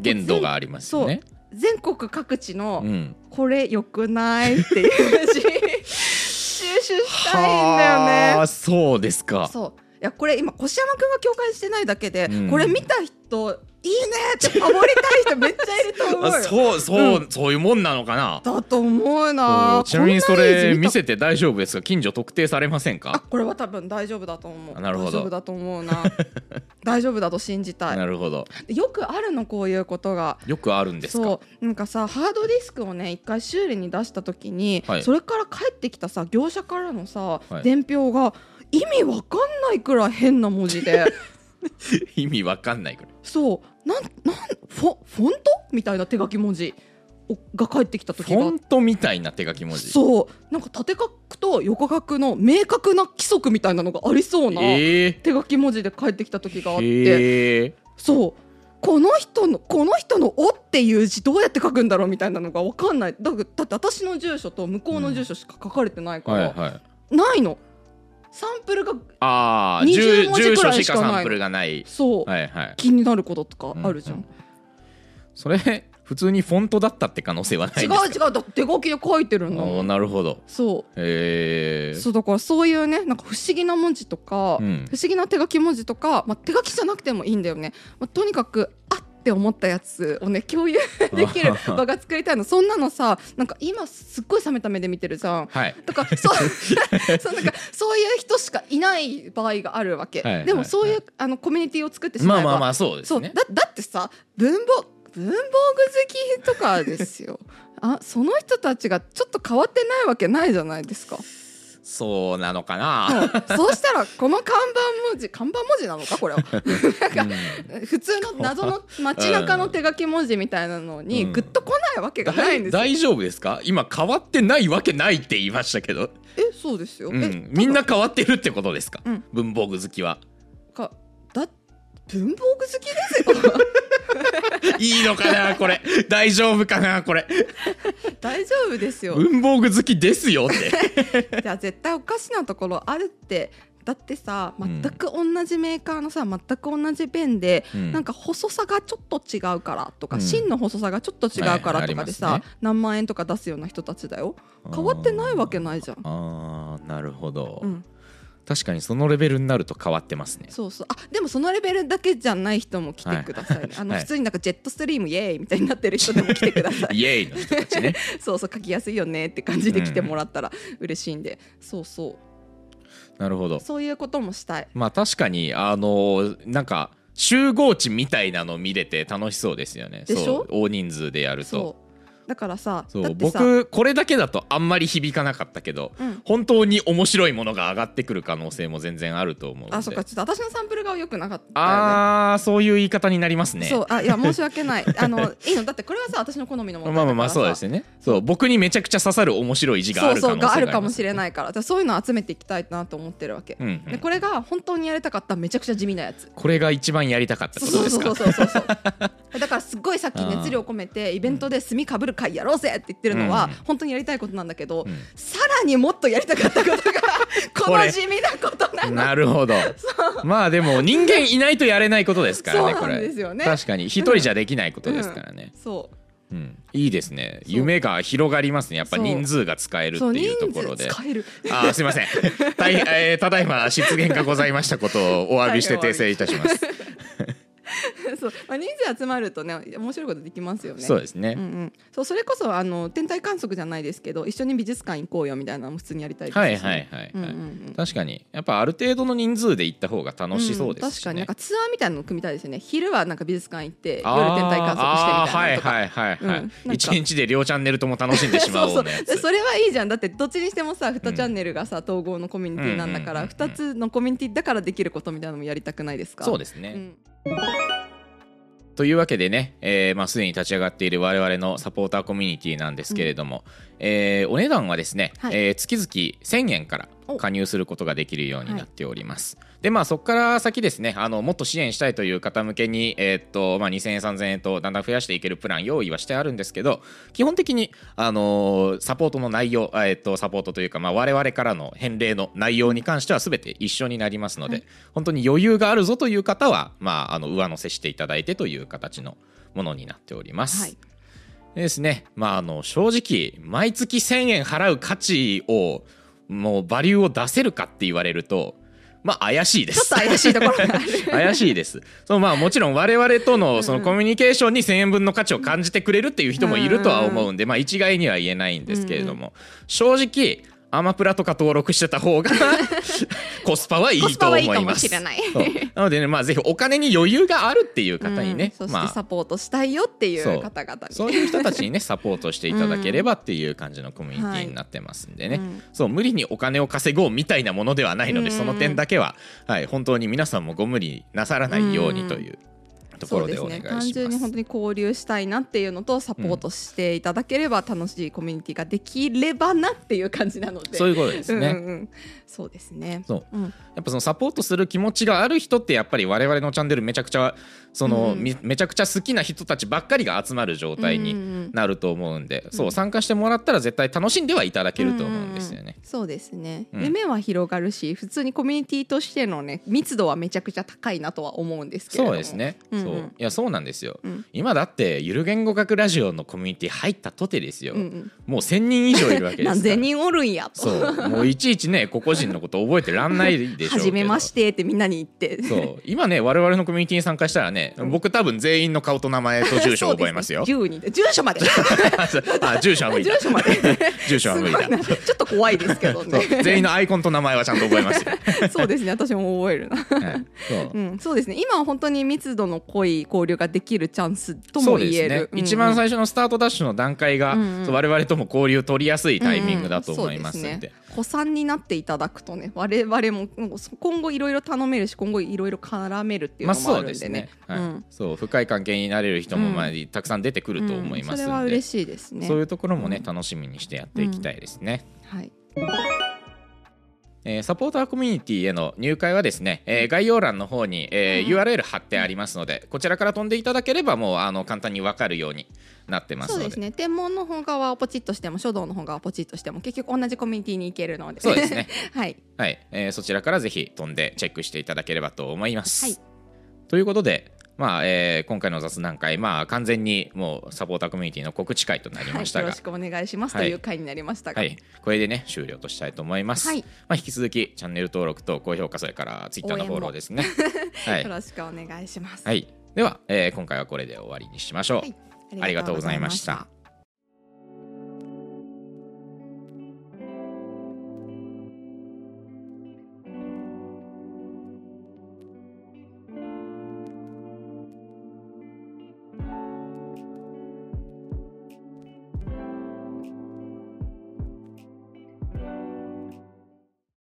Speaker 2: 限度がありますよね
Speaker 1: 全国各地の、
Speaker 2: うん
Speaker 1: これよくないっていうし収集したいんだよ
Speaker 2: は
Speaker 1: ね
Speaker 2: あそうですか
Speaker 1: そういやこれ今越山君が共感してないだけで、
Speaker 2: うん
Speaker 1: これ見た人いいねってパボりたい人めっちゃいると思
Speaker 2: あ
Speaker 1: うよ
Speaker 2: そうそう、そういうもんなのかな
Speaker 1: だと思うな
Speaker 2: そうちなみにそれ見
Speaker 1: て
Speaker 2: せて大丈夫ですか近所特定されません
Speaker 1: あ
Speaker 2: か
Speaker 1: これは多分大丈夫だと思う
Speaker 2: あなるほど
Speaker 1: 大丈夫だと思うな 大丈夫だと信じた
Speaker 2: なるほど
Speaker 1: いよくあるのこういうことが
Speaker 2: よくあるんですか
Speaker 1: そうなんかさハードディスクをね一回修理に出した時に、
Speaker 2: はい
Speaker 1: それから帰ってきたさ業者からのさ、
Speaker 2: はい
Speaker 1: 伝票が意味わかんないくらい変な文字 で
Speaker 2: 意味わかんないくらい
Speaker 1: そうなんなんフォフォントみたいな手書き文字をが返ってきた
Speaker 2: フ
Speaker 1: 時が
Speaker 2: ォントみたいな手書き文字
Speaker 1: そうなんか縦角と横角の明確な規則みたいなのがありそうな手
Speaker 2: ええ
Speaker 1: 書き文字で返ってきた時があって、
Speaker 2: へえ
Speaker 1: そうこの人のこの人の「お」っていう字どうやって書くんだろうみたいなのが分かんないだだって私の住所と向こうの住所しか書かれてないか
Speaker 2: はい
Speaker 1: ら、
Speaker 2: はい
Speaker 1: ないのサンプルが
Speaker 2: ああ
Speaker 1: 20
Speaker 2: 住
Speaker 1: 文字
Speaker 2: 住
Speaker 1: く
Speaker 2: 所
Speaker 1: らい
Speaker 2: し
Speaker 1: し
Speaker 2: か
Speaker 1: かない
Speaker 2: サンプルがない
Speaker 1: そう、
Speaker 2: はいはい
Speaker 1: 気になることとかあるじゃん、
Speaker 2: うんそれ普通にフォントだったって可能性はない
Speaker 1: 違
Speaker 2: です
Speaker 1: う違うだって手書きで書いてるんだ
Speaker 2: お
Speaker 1: も
Speaker 2: ー
Speaker 1: ん
Speaker 2: なるほど
Speaker 1: そ
Speaker 2: へ
Speaker 1: う
Speaker 2: え
Speaker 1: そうだからそういうねなんか不思議な文字とか、
Speaker 2: うん
Speaker 1: 不思議な手書き文字とか、まあ、手書きじゃなくてもいいんだよね、まあ、とにかくあって思ったやつをね共有できる場が作りたいのそんなのさなんか今すっごい冷めた目で見てるじゃん
Speaker 2: はい
Speaker 1: とかそう そうなんかそういう人しかいない場合があるわけ、
Speaker 2: はいはい
Speaker 1: でもそういうあのコミュニティを作ってしま
Speaker 2: まあ
Speaker 1: えば
Speaker 2: まあまあそうで
Speaker 1: そ
Speaker 2: す
Speaker 1: う
Speaker 2: ね
Speaker 1: だだってさ文房文房具好きとかです よあその人たちがちょっと変わってないわけないじゃないですか
Speaker 2: そうなのかな
Speaker 1: そうしたらこの看板文字看板文字なのかこれは なんか
Speaker 2: うん
Speaker 1: 普通の謎 の街中の手書き文字みたいなの
Speaker 2: うん
Speaker 1: にグッと来ないわけが ないん
Speaker 2: 大
Speaker 1: ですよ、
Speaker 2: 大丈夫ですか今変わってないわけないって言いましたけど、
Speaker 1: えそうですよ、え
Speaker 2: うん、みんな変わってるってことですか、
Speaker 1: うん
Speaker 2: 文房具好きは
Speaker 1: かだ文房具好きです よ
Speaker 2: いいのかなこれ大丈夫かなこれ
Speaker 1: 大丈夫ですよ
Speaker 2: 文房具好きです よって
Speaker 1: じゃあ絶対おかしなところあるってだってさ
Speaker 2: うん
Speaker 1: 全く同じメーカーのさ全く同じペンで、
Speaker 2: うん
Speaker 1: なんか細さがちょっと違うからとか、
Speaker 2: うん
Speaker 1: 芯の細さがちょっと違うか
Speaker 2: はい
Speaker 1: ら
Speaker 2: あり
Speaker 1: と
Speaker 2: ま
Speaker 1: か
Speaker 2: す
Speaker 1: で
Speaker 2: ね
Speaker 1: さ、何万円とか出すような人たちだよ変わってないわけないじゃん。
Speaker 2: あーなるほど、
Speaker 1: うん、
Speaker 2: 確かにそのレベルになると変わってますね
Speaker 1: そうそうあでもそのレベルだけじゃない人も来てくださいね、あの
Speaker 2: はい
Speaker 1: 普通になんかジェットストリームイエーイみたいになってる人でも来てください
Speaker 2: イエーイの人たちね
Speaker 1: そうそう書きやすいよねって感じで来てもらったら嬉しいんで、そうそ
Speaker 2: なるほど
Speaker 1: うそういうこともしたい
Speaker 2: まあ確かにあのなんか集合地みたいなの見れて楽しそうですよね
Speaker 1: でしょ
Speaker 2: そう大人数でやると
Speaker 1: そうだからさ
Speaker 2: そ
Speaker 1: だ
Speaker 2: う
Speaker 1: ってさ、
Speaker 2: 僕これだけだとあんまり響かなかったけど、
Speaker 1: うん
Speaker 2: 本当に面白いものが上がってくる可能性も全然あると思うんで
Speaker 1: あそっかちょっと私のサンプルが良くなかったよね
Speaker 2: あーそういう言い方になりますね
Speaker 1: そうあいや申し訳ないあのいいのだってこれはさ私の好みのも
Speaker 2: ま
Speaker 1: の
Speaker 2: あまあまあそうですよねそう僕にめちゃくちゃ刺さる面白い字が
Speaker 1: そ
Speaker 2: あ
Speaker 1: う
Speaker 2: る可
Speaker 1: そ
Speaker 2: 能
Speaker 1: う
Speaker 2: 性が
Speaker 1: が
Speaker 2: あ
Speaker 1: あ
Speaker 2: り
Speaker 1: る
Speaker 2: ます
Speaker 1: かもしれないから私そういうの集めていきたいなと思ってるわけ、
Speaker 2: うんうん
Speaker 1: でこれが本当にやりたかっためちゃくちゃ地味なやつ
Speaker 2: これが一番やりたかった
Speaker 1: そ
Speaker 2: こ
Speaker 1: う
Speaker 2: と
Speaker 1: そう
Speaker 2: です
Speaker 1: そうそうそう
Speaker 2: か
Speaker 1: そうだからすごいさっき
Speaker 2: あー
Speaker 1: 熱量込めてイベントで炭かぶる会やろうぜって言ってるのは
Speaker 2: うん
Speaker 1: 本当にやりたいことなんだけど、
Speaker 2: うん
Speaker 1: さらにもっとやりたかったこと がこ
Speaker 2: こ
Speaker 1: の
Speaker 2: れ
Speaker 1: 地味なことなの
Speaker 2: なるほどまあでも人間いないとやれないことですからね
Speaker 1: そう
Speaker 2: こ
Speaker 1: なん
Speaker 2: れ
Speaker 1: ですよね
Speaker 2: 確かに一人じゃできないことですからね、
Speaker 1: そ
Speaker 2: うんいいですね
Speaker 1: そう
Speaker 2: 夢が広がりますねやっぱ
Speaker 1: そう
Speaker 2: 人数が使え
Speaker 1: う
Speaker 2: るって
Speaker 1: そう
Speaker 2: い
Speaker 1: 人
Speaker 2: うところ
Speaker 1: 数
Speaker 2: で
Speaker 1: 使える
Speaker 2: あーすいませんたい、えーただいま失言がございましたことをお詫びして訂正いたします、
Speaker 1: そう、まあ、人数集まるとね面白いことできますよね
Speaker 2: そうですね
Speaker 1: うん、うん、そうそれこそあの天体観測じゃないですけど一緒に美術館行こうよみたいなのも普通にやりたいですし
Speaker 2: はいはいはいはい、
Speaker 1: うんうんうん
Speaker 2: 確かにやっぱある程度の人数で行った方が楽しそうですし、ね
Speaker 1: うん確かになんかツアーみたいなの組みたいですよね昼はなんか美術館行って夜
Speaker 2: あー
Speaker 1: 天体観測してみたいなのとか、
Speaker 2: あーはいはいはいは
Speaker 1: うんなん
Speaker 2: い
Speaker 1: か
Speaker 2: 一、日で両チャンネルとも楽しんでしま
Speaker 1: そう
Speaker 2: お
Speaker 1: そうう
Speaker 2: のや
Speaker 1: で
Speaker 2: つ
Speaker 1: それはいいじゃんだってどっちにしてもさ2チャンネルがさ統合のコミュニティなんだか
Speaker 2: う
Speaker 1: ら
Speaker 2: んうんうんうん
Speaker 1: 2つのコミュニティだからできることみたいなのもやりたくないですか
Speaker 2: そう
Speaker 1: で
Speaker 2: ですね、というわけでね、えーまあ、すでに立ち上がっている我々のサポーターコミュニティなんですけれども、えーお値段はですね、
Speaker 1: はい
Speaker 2: えー月々1000円から
Speaker 1: お
Speaker 2: 加入することができるようになっております。でまあ、そこから先ですねあのもっと支援したいという方向けに、えーっとまあ、2000円3000円とだんだん増やしていけるプラン用意はしてあるんですけど基本的に、あのーサポートの内容、あえーっとサポートというか、まあ、我々からの返礼の内容に関しては全て一緒になりますので、
Speaker 1: はい
Speaker 2: 本当に余裕があるぞという方は、まあ、あの上乗せしていただいてという形のものになっております。
Speaker 1: はい
Speaker 2: でですね、まあ、あの正直毎月1,000円払う価値をもうバリューを出せるかって言われるとまあ怪しいで
Speaker 1: ちょっ
Speaker 2: す。
Speaker 1: と怪しいところがある
Speaker 2: 怪しいです。そのまあもちろん我々と
Speaker 1: うんう
Speaker 2: の
Speaker 1: ん
Speaker 2: そのコミュニケーションに1000円分の価値を感じてくれるっていう人もいるとは思うんで、まあ一概には言えないんですけれども、正直アマプラとか登録してた方 がコスパはいい
Speaker 1: コスパ
Speaker 2: と思
Speaker 1: はいい
Speaker 2: い
Speaker 1: か
Speaker 2: ま
Speaker 1: も
Speaker 2: す
Speaker 1: しれ。ない
Speaker 2: そうなのでね、まあぜひお金に余裕があるっていう方にね、
Speaker 1: うんそ
Speaker 2: ま
Speaker 1: し
Speaker 2: あ
Speaker 1: てサポートしたいよってい
Speaker 2: そう
Speaker 1: う方々に
Speaker 2: そういう人たちにねサポートしていただければっていう感じのコミュニティになってますんでね、
Speaker 1: はいうん
Speaker 2: そう無理にお金を稼ごうみたいなものではないので、
Speaker 1: うん
Speaker 2: その点だけは、はい、本当に皆さんもご無理なさらないようにというとこ
Speaker 1: そ
Speaker 2: ろ
Speaker 1: う
Speaker 2: でお願
Speaker 1: ね
Speaker 2: いし
Speaker 1: 単
Speaker 2: ます。
Speaker 1: 純に本当に交流したいなっていうのとサポートしていただければ楽しいコミュニティができればなっていう感じなので
Speaker 2: そういうことですね、
Speaker 1: うんうんうん、そうですね
Speaker 2: そう
Speaker 1: うん
Speaker 2: やっぱそのサポートする気持ちがある人ってやっぱり我々のチャンネルめちゃくちゃその、
Speaker 1: うん
Speaker 2: みめちゃくちゃ好きな人たちばっかりが集まる状態
Speaker 1: うんうんう
Speaker 2: に
Speaker 1: ん
Speaker 2: なると思うんで、そう参加してもらったら絶対楽しんではいただけると思うんですよね。
Speaker 1: んんそうですね、
Speaker 2: うん
Speaker 1: 夢は広がるし普通にコミュニティとしてのね密度はめちゃくちゃ高いなとは思うんですけれど
Speaker 2: そう
Speaker 1: も
Speaker 2: ですね、
Speaker 1: うんうん
Speaker 2: そういやそうなんですよ、
Speaker 1: うん
Speaker 2: 今だってゆる言語学ラジオのコミュニティ入ったとてですよ、
Speaker 1: うんうん
Speaker 2: もう1,000人以上いるわけですか ら
Speaker 1: 何千人おるんやと
Speaker 2: そうもういちいちね個々人のこと覚えてらんないでしょうけど
Speaker 1: 初めましてってみんなに言って
Speaker 2: そう今ね我々のコミュニティに参加したらね、
Speaker 1: うん
Speaker 2: 僕多分全員の顔と名前と住所を覚えますよ
Speaker 1: そうですね10人住所 まで
Speaker 2: あ住所は無理
Speaker 1: 住
Speaker 2: だ
Speaker 1: 所まで
Speaker 2: 住所は無理だ
Speaker 1: すごいなちょっと怖いですけど
Speaker 2: そ
Speaker 1: ね
Speaker 2: う全員のアイコンと名前はちゃんと覚えます よ、
Speaker 1: そうですね私も覚えるな
Speaker 2: はいそう
Speaker 1: うん、そうですね今は本当に密度の濃い交流ができるチャンスと
Speaker 2: そ
Speaker 1: も
Speaker 2: うで
Speaker 1: 言
Speaker 2: す
Speaker 1: え
Speaker 2: ね
Speaker 1: る、うんうん
Speaker 2: 一番最初のスタートダッシュの段階が、
Speaker 1: うんうん
Speaker 2: そう我々とも交流取りやすいタイミングだと思いますんで,、
Speaker 1: うんうんそうですね、子さんになっていただくとね我々ももう今後いろいろ頼めるし今後いろいろ絡めるっていうのもあるんでね
Speaker 2: まあ、そうですね、はい
Speaker 1: うん
Speaker 2: そう深い関係になれる人も、
Speaker 1: うん
Speaker 2: まあ、たくさん出てくると思います
Speaker 1: うんそれ
Speaker 2: の
Speaker 1: は
Speaker 2: で、
Speaker 1: 嬉しいですね
Speaker 2: そういうところもね、
Speaker 1: うん
Speaker 2: 楽しみにしてやっていきたいですね、
Speaker 1: はい、
Speaker 2: えーサポーターコミュニティへの入会はですね、えー概要欄の方に、えー
Speaker 1: うん
Speaker 2: URL 貼ってありますのでこちらから飛んでいただければもうあの簡単に分かるようになってま
Speaker 1: そ
Speaker 2: す
Speaker 1: う
Speaker 2: ので
Speaker 1: ですね天文の方側をポチッとしても書道の方側をポチッとしても結局同じコミュニティに行けるので
Speaker 2: そうですね
Speaker 1: はい
Speaker 2: はい、えーそちらからぜひ飛んでチェックしていただければと思います。
Speaker 1: はい
Speaker 2: ということで、まあえー今回の雑談会、まあ、完全にもうサポーターコミュニティの告知会となり
Speaker 1: は
Speaker 2: ま
Speaker 1: い
Speaker 2: した
Speaker 1: よ
Speaker 2: が、
Speaker 1: ろ
Speaker 2: は
Speaker 1: しくお願いしますと
Speaker 2: はい
Speaker 1: いう回になりました
Speaker 2: い
Speaker 1: が、
Speaker 2: これでね終了としたいと思います。
Speaker 1: はい
Speaker 2: まあ、引き続きチャンネル登録と高評価それからツイッターのフォローですね。は
Speaker 1: よ
Speaker 2: い、
Speaker 1: ろしくお願いします、
Speaker 2: はい、では、えー今回はこれで終わりにしましょう。
Speaker 1: はい
Speaker 2: ありがとうございました。